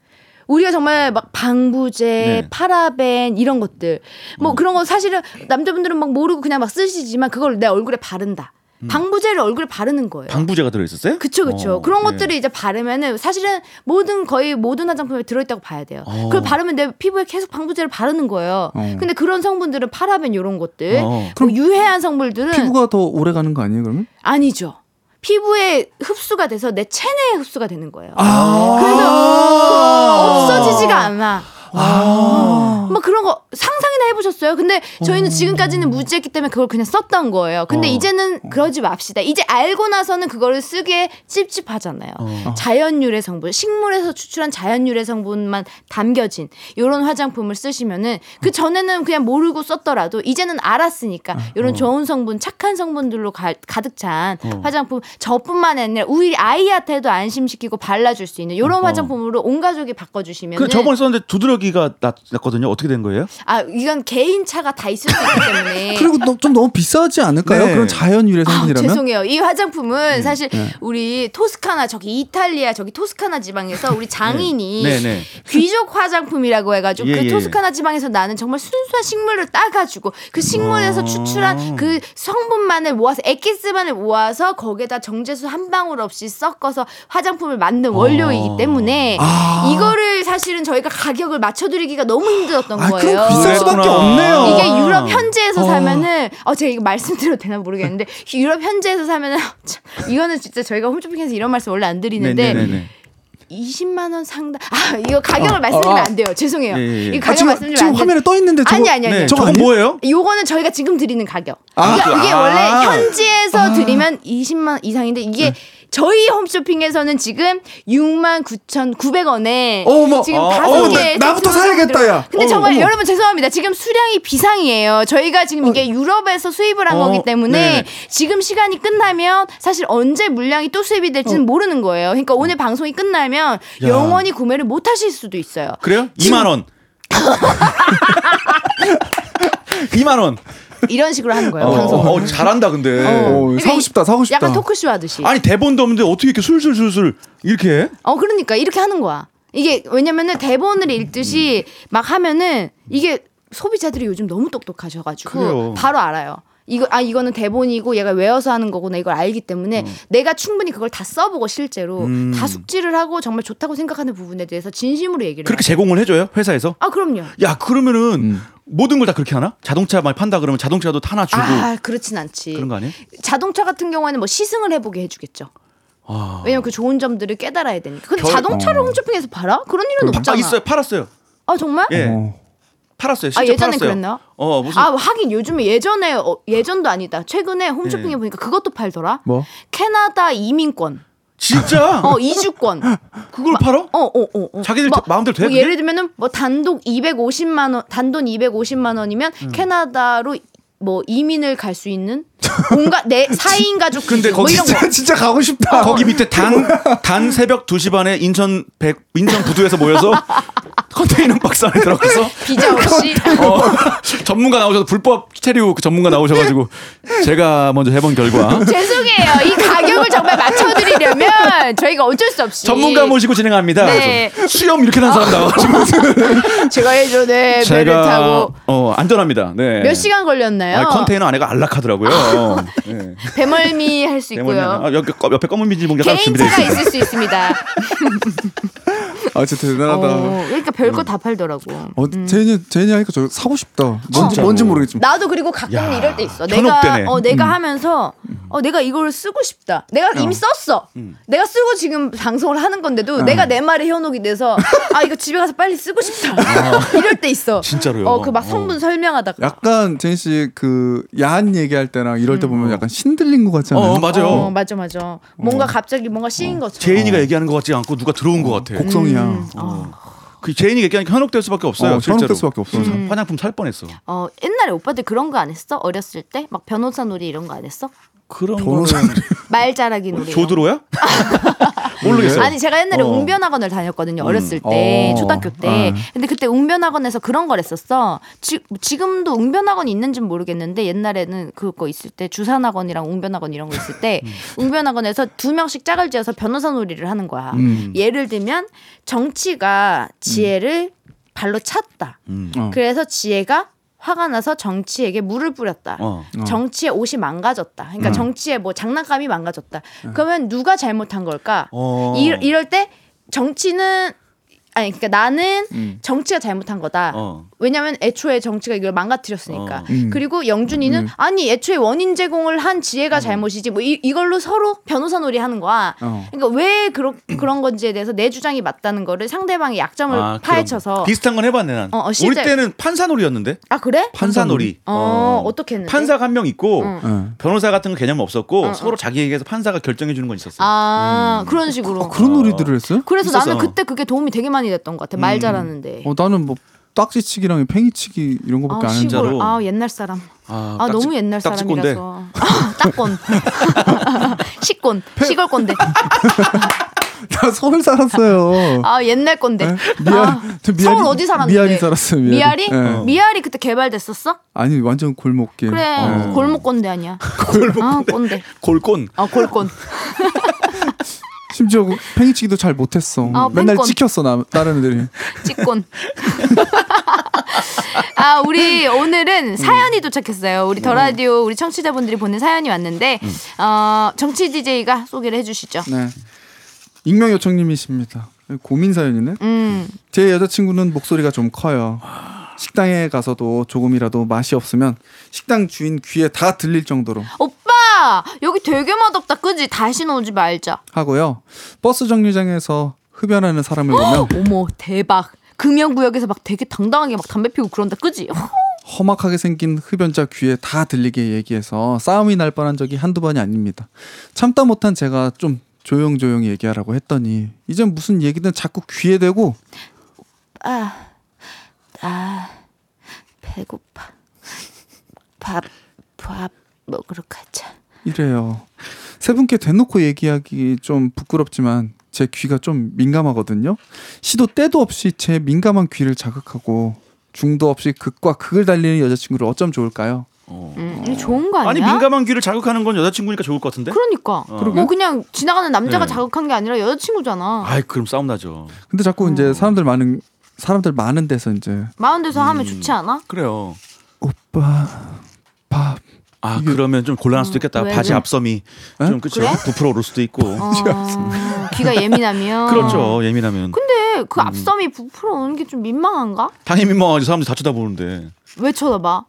[SPEAKER 4] 우리가 정말 막 방부제,
[SPEAKER 3] 네. 음.
[SPEAKER 4] 파라벤 이런 것들 뭐 그런 거 사실은 남자분들은 막 모르고 그냥 막 쓰시지만 그걸 내 얼굴에 바른다.
[SPEAKER 3] 음.
[SPEAKER 4] 방부제를 얼굴에 바르는 거예요.
[SPEAKER 3] 방부제가 들어있었어요?
[SPEAKER 4] 그쵸 그쵸
[SPEAKER 3] 어,
[SPEAKER 4] 그런
[SPEAKER 3] 예.
[SPEAKER 4] 것들을 이제 바르면은 사실은 모든 거의 모든 화장품에 들어있다고 봐야 돼요
[SPEAKER 3] 어.
[SPEAKER 4] 그걸 바르면 내 피부에 계속 방부제를 바르는 거예요
[SPEAKER 2] 어.
[SPEAKER 4] 근데 그런 성분들은 파라벤 이런 것들
[SPEAKER 3] 어.
[SPEAKER 4] 뭐 유해한 성분들은
[SPEAKER 2] 피부가 더 오래 가는 거 아니에요 그러면?
[SPEAKER 4] 아니죠 피부에 흡수가 돼서 내 체내에 흡수가 되는 거예요
[SPEAKER 2] 아.
[SPEAKER 4] 그래서 없어지지가 않아
[SPEAKER 2] 아.
[SPEAKER 3] 어.
[SPEAKER 4] 막 그런 거 상상이나 해보셨어요? 근데 저희는 지금까지는 무지했기 때문에 그걸 그냥 썼던 거예요. 근데
[SPEAKER 3] 어.
[SPEAKER 4] 이제는 그러지 맙시다. 이제 알고 나서는 그거를 쓰기에 찝찝하잖아요.
[SPEAKER 3] 어.
[SPEAKER 4] 자연 유래 성분, 식물에서 추출한 자연 유래 성분만 담겨진 이런 화장품을 쓰시면은 그 전에는 그냥 모르고 썼더라도 이제는
[SPEAKER 3] 아,
[SPEAKER 4] 알았으니까
[SPEAKER 3] 어.
[SPEAKER 4] 이런 좋은 성분, 착한 성분들로 가, 득찬 화장품 저뿐만 아니라 우리 아이한테도 안심시키고 발라줄 수 있는 이런 화장품으로 온 가족이 바꿔주시면.
[SPEAKER 3] 어. 그 저번에 썼는데 두드러기가 났, 났거든요. 어떻게 된 거예요?
[SPEAKER 4] 아 이건 개인 차가 다 있을 수 있기 때문에.
[SPEAKER 2] 그리고 너- 좀 너무 비싸지 않을까요?
[SPEAKER 3] 네.
[SPEAKER 2] 그런 자연 유래
[SPEAKER 4] 네. 아,
[SPEAKER 2] 성분이라면? 네,
[SPEAKER 4] 죄송해요. 이 화장품은 사실 우리 토스카나 저기 이탈리아 저기 토스카나 지방에서 우리 장인이
[SPEAKER 3] 네, 네.
[SPEAKER 4] 귀족 화장품이라고 해가지고
[SPEAKER 3] 예,
[SPEAKER 4] 그
[SPEAKER 3] 예.
[SPEAKER 4] 토스카나 지방에서 나는 정말 순수한 식물을 따가지고 그 식물에서
[SPEAKER 3] 아.
[SPEAKER 4] 추출한 그 성분만을 모아서 액기스만을 모아서 거기에다 정제수 한 방울 없이 섞어서 화장품을 만든 원료이기 때문에
[SPEAKER 2] 아.
[SPEAKER 4] 이거를 사실은 저희가 가격을 맞춰드리기가 너무 힘들었던
[SPEAKER 2] 아,
[SPEAKER 4] 거예요.
[SPEAKER 2] 그럼 비쌀 수밖에 없네요.
[SPEAKER 4] 이게
[SPEAKER 3] 아.
[SPEAKER 4] 유럽 현지에서
[SPEAKER 2] 어.
[SPEAKER 4] 사면은 어 제가 이거 말씀드려도 되나 모르겠는데 유럽 현지에서 사면은 아, 참, 이거는 진짜 저희가 홈쇼핑에서 이런 말씀 원래 안
[SPEAKER 2] 네,
[SPEAKER 3] 네,
[SPEAKER 4] 드리는데 20만 원 상당 아 이거
[SPEAKER 2] 어.
[SPEAKER 4] 가격을 말씀드리면 안 돼요 죄송해요
[SPEAKER 3] 예, 예, 예.
[SPEAKER 4] 이
[SPEAKER 2] 아,
[SPEAKER 4] 가격
[SPEAKER 2] 지금,
[SPEAKER 4] 말씀드리면
[SPEAKER 2] 지금
[SPEAKER 4] 안 돼요
[SPEAKER 2] 화면에 떠 있는데 저거
[SPEAKER 4] 아니, 아니, 아니.
[SPEAKER 3] 네,
[SPEAKER 2] 저거
[SPEAKER 3] 저건
[SPEAKER 2] 아니에요?
[SPEAKER 3] 뭐예요?
[SPEAKER 4] 요거는 저희가 지금 드리는 가격
[SPEAKER 2] 아,
[SPEAKER 4] 이게, 이게
[SPEAKER 3] 아.
[SPEAKER 4] 원래 현지에서 드리면 20만 이상인데
[SPEAKER 2] 네.
[SPEAKER 4] 이게 저희 홈쇼핑에서는 지금 6만 9,900원에
[SPEAKER 2] 어머.
[SPEAKER 4] 지금
[SPEAKER 3] 어,
[SPEAKER 4] 다섯
[SPEAKER 3] 어머,
[SPEAKER 4] 개
[SPEAKER 2] 나- 나부터 사야겠다, 야.
[SPEAKER 4] 근데
[SPEAKER 2] 어머,
[SPEAKER 4] 정말
[SPEAKER 2] 어머.
[SPEAKER 4] 여러분 죄송합니다. 지금 수량이 비상이에요. 저희가 지금
[SPEAKER 2] 어.
[SPEAKER 4] 이게 유럽에서 수입을 한
[SPEAKER 3] 어,
[SPEAKER 4] 거기 때문에
[SPEAKER 3] 네네.
[SPEAKER 4] 지금 시간이 끝나면 사실 언제 물량이 또 수입이
[SPEAKER 2] 어.
[SPEAKER 4] 될지는 모르는 거예요. 그러니까 오늘 방송이 끝나면 영원히 구매를 못 하실 수도 있어요.
[SPEAKER 3] 그래요? 2만 원. 2만 원.
[SPEAKER 4] 이런 식으로 하는 거예요.
[SPEAKER 3] 어,
[SPEAKER 4] 방송.
[SPEAKER 3] 어, 잘한다 근데.
[SPEAKER 2] 어, 사고 싶다, 사고 싶다.
[SPEAKER 4] 약간 토크쇼 하듯이.
[SPEAKER 3] 아니 대본도 없는데 어떻게 이렇게 술술술술 이렇게 해?
[SPEAKER 4] 어 그러니까 이렇게 하는 거야. 이게 왜냐면은 대본을 읽듯이 막 하면은 이게 소비자들이 요즘 너무 똑똑하셔가지고
[SPEAKER 3] 그래요.
[SPEAKER 4] 바로 알아요. 이거 아 이거는 대본이고 얘가 외워서 하는 거구나 이걸 알기 때문에 내가 충분히 그걸 다 써보고 실제로 다 숙지를 하고 정말 좋다고 생각하는 부분에 대해서 진심으로 얘기를.
[SPEAKER 3] 그렇게
[SPEAKER 4] 해요.
[SPEAKER 3] 제공을 해줘요 회사에서?
[SPEAKER 4] 아 그럼요.
[SPEAKER 3] 야 그러면은 모든 걸 다 그렇게 하나? 자동차 많이 판다 그러면 자동차도 하나 주고
[SPEAKER 4] 아 그렇진 않지.
[SPEAKER 3] 그런 거 아니에요?
[SPEAKER 4] 자동차 같은 경우에는 뭐 시승을 해보게 해주겠죠.
[SPEAKER 3] 아.
[SPEAKER 4] 왜냐면 그 좋은 점들을 깨달아야 되니까. 근데
[SPEAKER 3] 결-
[SPEAKER 4] 자동차를 홈쇼핑에서 팔아? 그런 일은
[SPEAKER 3] 파,
[SPEAKER 4] 없잖아.
[SPEAKER 3] 있어요 팔았어요.
[SPEAKER 4] 아 정말?
[SPEAKER 3] 예
[SPEAKER 2] 어.
[SPEAKER 3] 팔았어요.
[SPEAKER 4] 아
[SPEAKER 3] 실제
[SPEAKER 4] 예전에
[SPEAKER 3] 팔았어요.
[SPEAKER 4] 그랬나요?
[SPEAKER 3] 어 무슨
[SPEAKER 4] 아 하긴 요즘에 예전에 어, 예전도 아니다. 최근에 홈쇼핑에
[SPEAKER 3] 예.
[SPEAKER 4] 보니까 그것도 팔더라.
[SPEAKER 2] 뭐?
[SPEAKER 4] 캐나다 이민권,
[SPEAKER 3] 진짜
[SPEAKER 4] 어 이주권.
[SPEAKER 3] 그걸 팔아?
[SPEAKER 4] 어 어 어. 어.
[SPEAKER 3] 자기들 대- 마음대로 돼,
[SPEAKER 4] 뭐
[SPEAKER 3] 그게?
[SPEAKER 4] 예를 들면은 뭐 단독 250만 원, 단돈 250만 원이면
[SPEAKER 3] 음.
[SPEAKER 4] 캐나다로 뭐 이민을 갈 수 있는 온갖 내 4인 가족
[SPEAKER 3] 근데
[SPEAKER 4] 기준 뭐
[SPEAKER 3] 거기
[SPEAKER 4] 이런 거.
[SPEAKER 2] 진짜 진짜 가고
[SPEAKER 4] 어.
[SPEAKER 2] 싶다.
[SPEAKER 3] 거기 밑에 단 단 새벽 2시 반에 인천 백 인천 부두에서 모여서 컨테이너 박스 안에 들어가서
[SPEAKER 4] 비자 없이
[SPEAKER 3] 어, 전문가 나오셔서 불법 체류 그 전문가 나오셔가지고 제가 먼저 해본 결과
[SPEAKER 4] 죄송해요. 이 가격을 정말 맞춰드리려면 저희가 어쩔 수 없이
[SPEAKER 3] 전문가 모시고 진행합니다.
[SPEAKER 4] 네.
[SPEAKER 3] 그래서 수염 이렇게 난 사람 나와가지고
[SPEAKER 4] 제가 예전에 네, 배를
[SPEAKER 3] 제가
[SPEAKER 4] 타고
[SPEAKER 3] 어 안전합니다. 네.
[SPEAKER 4] 몇 시간 걸렸나요? 아,
[SPEAKER 3] 아니, 컨테이너 안에가 안락하더라고요. 네.
[SPEAKER 4] 배멀미 할 수 있고요.
[SPEAKER 3] 대머리는- 아, 여기 거- 옆에 검은 비닐 봉지가 준비돼
[SPEAKER 4] 개인차가
[SPEAKER 3] 있어요.
[SPEAKER 4] 있을 수 있습니다.
[SPEAKER 2] 아 진짜
[SPEAKER 4] 어, 음.
[SPEAKER 2] 대단하다. 어.
[SPEAKER 4] 그러니까 별거 다 팔더라고.
[SPEAKER 3] 어,
[SPEAKER 2] 제니 제니 하니까 저 사고 싶다. 뭔지
[SPEAKER 3] 진짜로.
[SPEAKER 2] 뭔지 모르겠지만.
[SPEAKER 4] 나도 그리고 가끔
[SPEAKER 3] 야,
[SPEAKER 4] 이럴 때 있어.
[SPEAKER 3] 현혹되네. 음.
[SPEAKER 4] 내가 어 내가 하면서 어 내가 이걸 쓰고 싶다. 내가 이미 썼어.
[SPEAKER 3] 음.
[SPEAKER 4] 내가 쓰고 지금 방송을 하는 건데도 내가 내 말에 현혹이 돼서 아 이거 집에 가서 빨리 쓰고 싶다. 이럴 때 있어.
[SPEAKER 3] 아. 진짜로요?
[SPEAKER 4] 어그 막 성분 설명하다가
[SPEAKER 2] 약간 제니 씨 그 야한 얘기할 때랑 이럴 때
[SPEAKER 4] 음.
[SPEAKER 2] 보면 약간 신들린 것 같지 않아요?
[SPEAKER 3] 어 맞아요. 어.
[SPEAKER 4] 어, 맞아 맞아. 뭔가 갑자기 뭔가 씌인 것처럼.
[SPEAKER 3] 제인이가 얘기하는 것 같지 않고 누가 들어온 것 같아.
[SPEAKER 2] 곡성이야.
[SPEAKER 4] 음. 어.
[SPEAKER 3] 그 제인이 얘기하니까 현혹될 수밖에 없어요.
[SPEAKER 2] 어,
[SPEAKER 3] 실제로.
[SPEAKER 2] 현혹될 수밖에 없어.
[SPEAKER 3] 음. 화장품 살 뻔했어.
[SPEAKER 4] 어 옛날에 오빠들 그런 거 안 했어? 어렸을 때 막 변호사 놀이 이런 거 안 했어?
[SPEAKER 3] 그런 거는
[SPEAKER 2] 변호사
[SPEAKER 4] 말자라기 놀이.
[SPEAKER 3] 조드로야? 모르겠어요.
[SPEAKER 4] 아니 제가 옛날에
[SPEAKER 3] 어. 음.
[SPEAKER 4] 웅변학원을 다녔거든요 어렸을 때
[SPEAKER 2] 어.
[SPEAKER 4] 초등학교 때
[SPEAKER 2] 아.
[SPEAKER 4] 근데 그때 웅변학원에서 그런 걸 했었어 지, 지금도 웅변학원이 있는지는 모르겠는데 옛날에는 그거 있을 때 주산학원이랑 웅변학원 이런 거 있을 때
[SPEAKER 3] 음.
[SPEAKER 4] 웅변학원에서 두 명씩 짝을 지어서 변호사 놀이를 하는 거야
[SPEAKER 2] 음.
[SPEAKER 4] 예를 들면 정치가 지혜를 발로 찼다
[SPEAKER 3] 음.
[SPEAKER 2] 어.
[SPEAKER 4] 그래서 지혜가 화가 나서 정치에게 물을 뿌렸다.
[SPEAKER 3] 어. 음.
[SPEAKER 2] 어.
[SPEAKER 4] 정치의 옷이 망가졌다. 그러니까 정치의 뭐 장난감이 망가졌다. 그러면 누가 잘못한 걸까?
[SPEAKER 3] 어.
[SPEAKER 4] 이, 이럴 때 정치는 아니 그러니까 나는
[SPEAKER 2] 음.
[SPEAKER 4] 정치가 잘못한 거다.
[SPEAKER 3] 어.
[SPEAKER 4] 왜냐면 애초에 정치가 이걸 망가뜨렸으니까.
[SPEAKER 3] 어.
[SPEAKER 2] 음.
[SPEAKER 4] 그리고 영준이는 아니 애초에 원인 제공을 한
[SPEAKER 3] 음.
[SPEAKER 4] 지혜가 잘못이지 뭐 이, 이걸로 서로 변호사 놀이 하는 거야.
[SPEAKER 2] 어.
[SPEAKER 4] 그러니까 왜 그러, 그런 건지에 대해서 내 주장이 맞다는 거를 상대방의 약점을
[SPEAKER 3] 아, 그럼
[SPEAKER 4] 파헤쳐서
[SPEAKER 3] 비슷한 건 해봤네 난.
[SPEAKER 4] 어, 어,
[SPEAKER 3] 우리
[SPEAKER 4] 실제-
[SPEAKER 3] 때는 판사놀이였는데
[SPEAKER 4] 아 그래?
[SPEAKER 3] 판사놀이.
[SPEAKER 4] 어, 어. 떻게 했는데?
[SPEAKER 3] 판사가 한 명 있고
[SPEAKER 2] 어.
[SPEAKER 3] 변호사 같은 거 개념 없었고 서로 자기에게서 판사가 결정해 주는 건 음. 있었어. 요
[SPEAKER 4] 아 그런 식으로.
[SPEAKER 2] 아, 그런 놀이들을 했어요?
[SPEAKER 4] 그래서 나는
[SPEAKER 3] 있었어.
[SPEAKER 4] 그때 그게 도움이 되게 많이 됐던 것 같아.
[SPEAKER 3] 음.
[SPEAKER 4] 말 잘하는데.
[SPEAKER 2] 어, 나는 뭐 딱지치기랑 팽이치기 이런 거밖에
[SPEAKER 4] 아
[SPEAKER 2] 안 했는데.
[SPEAKER 3] 시골.
[SPEAKER 4] 시골.
[SPEAKER 3] 진짜로.
[SPEAKER 4] 아 옛날 사람. 아 너무 옛날
[SPEAKER 3] 어, 딱지꼰대.
[SPEAKER 4] 사람이라서. 아, 딱꼰. 시꼰. 시골 꼰대.
[SPEAKER 2] 나 서울 살았어요.
[SPEAKER 4] 아 옛날 꼰대.
[SPEAKER 2] 예? 미아,
[SPEAKER 4] 아,
[SPEAKER 2] 저 미아리-
[SPEAKER 4] 서울 어디 살았는데?
[SPEAKER 2] 미아리 살았어요, 미아리.
[SPEAKER 4] 미아리?
[SPEAKER 2] 예.
[SPEAKER 4] 미아리 그때 개발됐었어?
[SPEAKER 2] 아니 완전 골목길.
[SPEAKER 4] 그래.
[SPEAKER 2] 어.
[SPEAKER 4] 골목 꼰대 아니야.
[SPEAKER 3] 골목
[SPEAKER 4] 아 꼰대.
[SPEAKER 3] 골꼰.
[SPEAKER 4] 아 골꼰.
[SPEAKER 2] 심지어 그 팽이치기도 잘 못했어.
[SPEAKER 4] 아,
[SPEAKER 2] 맨날
[SPEAKER 4] 팽권.
[SPEAKER 2] 찍혔어 나, 다른 애들이. 네.
[SPEAKER 4] 찌꼰. 아, 우리 오늘은 사연이 도착했어요. 우리 더 라디오 우리 청취자분들이 보낸 사연이 왔는데 어, 정치 DJ가 소개를 해 주시죠.
[SPEAKER 2] 네. 익명 요청님이십니다. 고민 사연이네.
[SPEAKER 4] 음.
[SPEAKER 2] 제 여자친구는 목소리가 좀 커요. 식당에 가서도 조금이라도 맛이 없으면 식당 주인 귀에 다 들릴 정도로
[SPEAKER 4] 오빠, 여기 되게 맛없다. 그지? 다시는 오지 말자.
[SPEAKER 2] 하고요. 버스 정류장에서 흡연하는 사람을 보면
[SPEAKER 4] 어머, 대박. 금연 구역에서 막 되게 당당하게 막 담배 피우고 그런다. 그지?
[SPEAKER 2] 험악하게 생긴 흡연자 귀에 다 들리게 얘기해서 싸움이 날 뻔한 적이 한두 번이 아닙니다. 참다 못한 제가 좀 조용조용히 얘기하라고 했더니 이젠 무슨 얘기든 자꾸 귀에 대고
[SPEAKER 4] 아. 아. 배고파. 밥, 밥 먹으러 가자.
[SPEAKER 2] 이래요. 세 분께 대놓고 얘기하기 좀 부끄럽지만 제 귀가 좀 민감하거든요. 시도 때도 없이 제 민감한 귀를 자극하고 중도 없이 극과 극을 달리는 여자친구를 어쩜 좋을까요?
[SPEAKER 4] 음, 이거 좋은 거 아니야?
[SPEAKER 3] 아니 민감한 귀를 자극하는 건 여자친구니까 좋을 것 같은데. 어.
[SPEAKER 4] 그러니까. 뭐 그냥 지나가는 남자가
[SPEAKER 3] 네.
[SPEAKER 4] 자극한 게 아니라 여자친구잖아.
[SPEAKER 3] 아이 그럼 싸움 나죠.
[SPEAKER 2] 근데 자꾸
[SPEAKER 4] 음.
[SPEAKER 2] 이제 사람들 많은 사람들 많은 데서 이제
[SPEAKER 4] 마흔 돼서
[SPEAKER 3] 음.
[SPEAKER 4] 하면 좋지 않아?
[SPEAKER 3] 그래요.
[SPEAKER 2] 오빠 밥
[SPEAKER 3] 아 그러면 좀 곤란할 수도 있겠다.
[SPEAKER 4] 음. 왜,
[SPEAKER 3] 바지
[SPEAKER 4] 왜?
[SPEAKER 3] 앞섬이 좀 그쵸
[SPEAKER 4] 그래?
[SPEAKER 3] 부풀어 오를 수도 있고.
[SPEAKER 4] 어, 귀가 예민하면.
[SPEAKER 3] 그렇죠 음. 예민하면.
[SPEAKER 4] 근데 아. 그 앞섬이 부풀어 오는 게 좀 민망한가?
[SPEAKER 3] 당연히 민망하지 사람들이 다 쳐다보는데.
[SPEAKER 4] 왜 쳐다봐?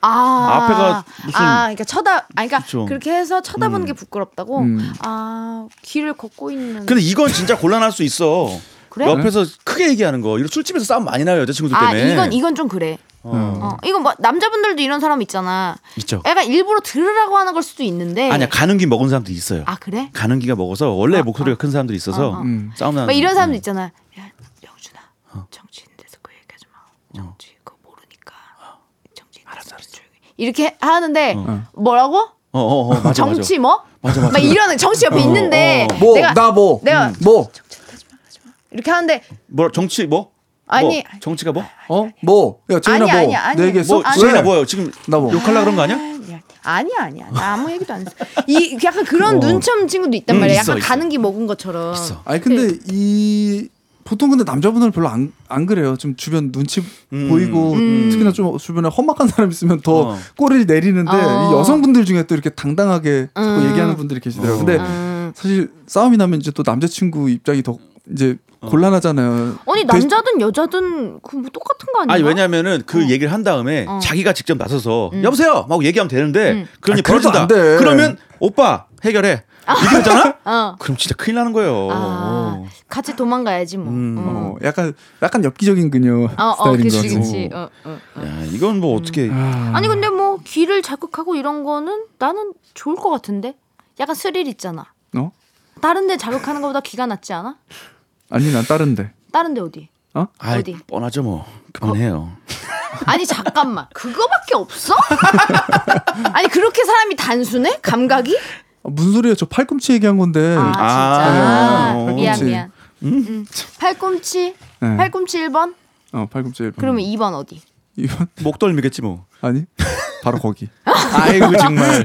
[SPEAKER 4] 아.
[SPEAKER 3] 앞에가 무슨-
[SPEAKER 4] 아, 그러니까 쳐다 아 그러니까
[SPEAKER 3] 그쵸.
[SPEAKER 4] 그렇게 해서 쳐다보는 게 부끄럽다고.
[SPEAKER 2] 음.
[SPEAKER 4] 아, 귀를 걷고 있는
[SPEAKER 3] 근데 이건 진짜 곤란할 수 있어.
[SPEAKER 4] 그래?
[SPEAKER 3] 그 옆에서 크게 얘기하는 거. 이런 술집에서 싸움 많이 나요 여자친구들
[SPEAKER 4] 아,
[SPEAKER 3] 때문에.
[SPEAKER 4] 이건 이건 좀 그래.
[SPEAKER 2] 음,
[SPEAKER 3] 어.
[SPEAKER 4] 어, 이건 뭐 남자분들도 이런 사람 있잖아.
[SPEAKER 3] 있죠.
[SPEAKER 4] 애가 일부러 들으라고 하는 걸 수도 있는데.
[SPEAKER 3] 아니야 가는 귀 먹은 사람도 있어요.
[SPEAKER 4] 아, 그래?
[SPEAKER 3] 가는 귀가 먹어서 원래 목소리가 큰 사람들이 있어서
[SPEAKER 4] 어, 어.
[SPEAKER 2] 음.
[SPEAKER 3] 싸움 나는.
[SPEAKER 4] 막 이런 사람도
[SPEAKER 3] 음. 어.
[SPEAKER 4] 있잖아. 야, 영준아, 정치인데서 그 얘기하지 마. 정치 그거 모르니까. 정치인 알았어, 알았어. 이렇게 하는데 뭐라고?
[SPEAKER 3] 어, 어, 어, 맞아,
[SPEAKER 4] 정치 뭐?
[SPEAKER 3] 맞아, 맞아.
[SPEAKER 4] 막 이러는 정치 옆에 있는데
[SPEAKER 3] 어, 어.
[SPEAKER 4] 내가
[SPEAKER 2] 뭐나뭐
[SPEAKER 4] 내가-
[SPEAKER 2] 뭐?
[SPEAKER 4] 이렇게 하는데
[SPEAKER 3] 맞아. 뭐 정치 뭐?
[SPEAKER 4] 아니.
[SPEAKER 3] 뭐? 정치가 뭐?
[SPEAKER 2] 어? 뭐? 야 재인아
[SPEAKER 4] 아니야,
[SPEAKER 2] 뭐?
[SPEAKER 4] 아니야, 아니야. 네.
[SPEAKER 2] 내 얘기했어?
[SPEAKER 3] 뭐
[SPEAKER 2] 왜?
[SPEAKER 3] 지인아 뭐예요? 지금
[SPEAKER 2] 나 뭐?
[SPEAKER 3] 욕할라 그런 거 아니야?
[SPEAKER 4] 아니야, 아니야, 아니야. 나 아무 얘기도 안 했어. 이 약간 그런 눈치없는 친구도 있단
[SPEAKER 3] 어. 음,
[SPEAKER 4] 말이야.
[SPEAKER 3] 있어,
[SPEAKER 4] 약간
[SPEAKER 3] 있어.
[SPEAKER 4] 가는 게 먹은 것처럼.
[SPEAKER 3] 있어.
[SPEAKER 2] 아니
[SPEAKER 4] 네.
[SPEAKER 2] 근데 이 보통 근데 남자분들은 별로 안, 안 그래요. 좀 주변 눈치
[SPEAKER 3] 음.
[SPEAKER 2] 보이고 특히나 좀 주변에 험악한 사람 있으면 더
[SPEAKER 3] 어.
[SPEAKER 2] 꼬리를 내리는데
[SPEAKER 4] 어.
[SPEAKER 2] 이 여성분들 중에 또 이렇게 당당하게 자꾸
[SPEAKER 4] 음.
[SPEAKER 2] 얘기하는 분들이 계시더라고요.
[SPEAKER 3] 어.
[SPEAKER 2] 근데
[SPEAKER 4] 음.
[SPEAKER 2] 사실 싸움이 나면 이제 또 남자친구 입장이 더 이제
[SPEAKER 3] 어.
[SPEAKER 2] 곤란하잖아요. 그
[SPEAKER 4] 아니
[SPEAKER 2] 대-
[SPEAKER 4] 남자든 여자든 그 뭐 똑같은 거 아니야?
[SPEAKER 3] 아니 왜냐면은
[SPEAKER 4] 어.
[SPEAKER 3] 그 얘기를 한 다음에 자기가 직접 나서서
[SPEAKER 4] 음.
[SPEAKER 3] 여보세요 하고 얘기하면 되는데 그러니
[SPEAKER 2] 아, 그래도
[SPEAKER 3] 벌어진다.
[SPEAKER 2] 안 돼.
[SPEAKER 3] 그러면 오빠 해결해. 이렇게 하잖아?
[SPEAKER 4] 어.
[SPEAKER 3] 그럼 진짜 큰일 나는 거예요.
[SPEAKER 4] 아, 같이 도망가야지 뭐. 음.
[SPEAKER 2] 어, 약간 약간 엽기적인 그녀
[SPEAKER 4] 어, 어,
[SPEAKER 2] 스타일인
[SPEAKER 4] 그치,
[SPEAKER 2] 거 같고.
[SPEAKER 4] 그치. 어, 어, 어.
[SPEAKER 3] 야, 이건 뭐 어떻게
[SPEAKER 2] 아,
[SPEAKER 4] 아니 근데 뭐 귀를 자극하고 이런 거는 나는 좋을 것 같은데 약간 스릴 있잖아
[SPEAKER 2] 어?
[SPEAKER 4] 다른데 자극하는 것보다 귀가 낫지 않아?
[SPEAKER 2] 아니 난 다른데.
[SPEAKER 4] 다른데 어디?
[SPEAKER 3] 아이,
[SPEAKER 4] 어디? 어.
[SPEAKER 3] 뻔하죠 뭐. 그만해요.
[SPEAKER 4] 아니 잠깐만 그거밖에 없어? 아니 그렇게 사람이 단순해? 감각이?
[SPEAKER 2] 아, 무슨 소리예요? 저 팔꿈치 얘기한 건데.
[SPEAKER 4] 아 진짜
[SPEAKER 3] 아, 어.
[SPEAKER 4] 미안
[SPEAKER 2] 팔꿈치.
[SPEAKER 4] 미안 음. 팔꿈치
[SPEAKER 2] 네.
[SPEAKER 4] 팔꿈치 1번
[SPEAKER 2] 어, 팔꿈치 일번.
[SPEAKER 4] 그러면 2번 어디?
[SPEAKER 2] 이번
[SPEAKER 3] 목덜미겠지 뭐.
[SPEAKER 2] 아니 바로 거기.
[SPEAKER 3] 아이고 정말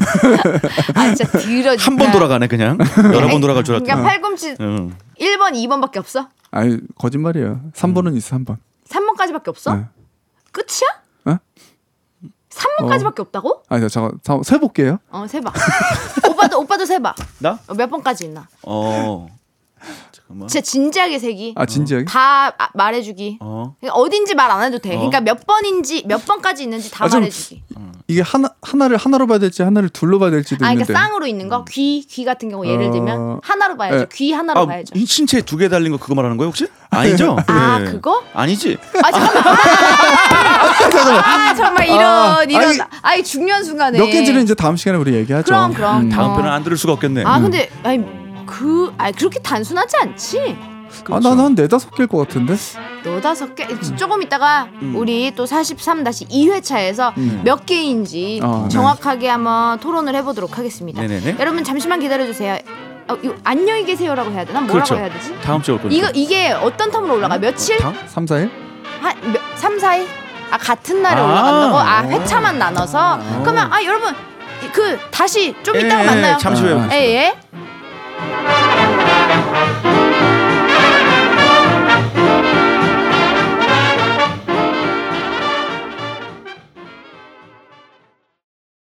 [SPEAKER 4] 아 진짜 들어
[SPEAKER 3] 한 번 돌아가네 네. 그냥 여러 번 돌아갈 줄
[SPEAKER 4] 그러니까
[SPEAKER 3] 알았더니.
[SPEAKER 4] 팔꿈치
[SPEAKER 3] 응.
[SPEAKER 4] 1번 2번밖에 없어?
[SPEAKER 2] 아니 거짓말이에요. 3번은 있어 3번.
[SPEAKER 4] 3번까지밖에 없어?
[SPEAKER 2] 네.
[SPEAKER 4] 끝이야?
[SPEAKER 2] 어?
[SPEAKER 4] 3번까지밖에 없다고?
[SPEAKER 2] 아니 잠깐 잠깐, 세 볼게요.
[SPEAKER 4] 어 세봐 오빠도 오빠도 세봐
[SPEAKER 3] 나?
[SPEAKER 4] 어, 몇 번까지 있나?
[SPEAKER 3] 어. 잠깐만.
[SPEAKER 4] 진짜 진지하게 세기
[SPEAKER 2] 아 진지하게.
[SPEAKER 4] 다 아, 말해주기
[SPEAKER 3] 어.
[SPEAKER 4] 그러니까 어딘지 말 안 해도 돼 그러니까 몇 번인지 몇 번까지 있는지 다
[SPEAKER 2] 아, 좀
[SPEAKER 4] 말해주기
[SPEAKER 2] 이게 하나 하나를 하나로 봐야 될지 하나를 둘로 봐야 될지도
[SPEAKER 4] 아, 그러니까
[SPEAKER 2] 있는데. 음.
[SPEAKER 4] 쌍으로 있는 거? 귀, 귀 같은 경우 예를
[SPEAKER 2] 어,
[SPEAKER 4] 들면 하나로 봐야죠.
[SPEAKER 2] 예.
[SPEAKER 4] 귀 하나로
[SPEAKER 3] 아,
[SPEAKER 4] 봐야죠.
[SPEAKER 3] 이 신체 두 개 달린 거 그거 말하는 거예요 혹시? 아니죠?
[SPEAKER 4] 아,
[SPEAKER 3] 예.
[SPEAKER 4] 그거?
[SPEAKER 3] 아니지.
[SPEAKER 4] 아, 잠깐만. 아, 정말 이런,
[SPEAKER 2] 아,
[SPEAKER 4] 이런.
[SPEAKER 2] 아니,
[SPEAKER 4] 아이, 중요한 순간에.
[SPEAKER 2] 몇 개인지는 이제 다음 시간에 우리 얘기하죠.
[SPEAKER 4] 네. 그럼, 그럼.
[SPEAKER 2] 음.
[SPEAKER 3] 다음
[SPEAKER 4] 어.
[SPEAKER 3] 편은 안 들을 수가 없겠네.
[SPEAKER 4] 아, 근데, 아니, 그, 아니, 그렇게 단순하지 않지?
[SPEAKER 2] 아, 난한 네다섯 개일 것 같은데.
[SPEAKER 4] 너다섯 개?
[SPEAKER 2] 음.
[SPEAKER 4] 조금 있다가 우리 또
[SPEAKER 2] 음.
[SPEAKER 4] 43-2회차에서
[SPEAKER 3] 음.
[SPEAKER 4] 몇 개인지
[SPEAKER 2] 어,
[SPEAKER 4] 정확하게 한번 토론을 해보도록 하겠습니다.
[SPEAKER 3] 네네네.
[SPEAKER 4] 여러분, 잠시만 기다려주세요. 어, 이거 안녕히 계세요라고 해야 되나? 뭐라고
[SPEAKER 3] 그렇죠.
[SPEAKER 4] 해야 되지?
[SPEAKER 3] 다음 주에 올 거니까.
[SPEAKER 4] 이거 이게 어떤 텀으로 올라가? 며칠?
[SPEAKER 3] 다음?
[SPEAKER 2] 3, 4일?
[SPEAKER 4] 한 3, 4일? 아 같은 날에
[SPEAKER 3] 아.
[SPEAKER 4] 올라간다고? 아 회차만 나눠서? 그러면 아 여러분 그 다시 좀 이따가
[SPEAKER 3] 예,
[SPEAKER 4] 만나요
[SPEAKER 3] 잠시 후에.
[SPEAKER 2] 아,
[SPEAKER 4] 예예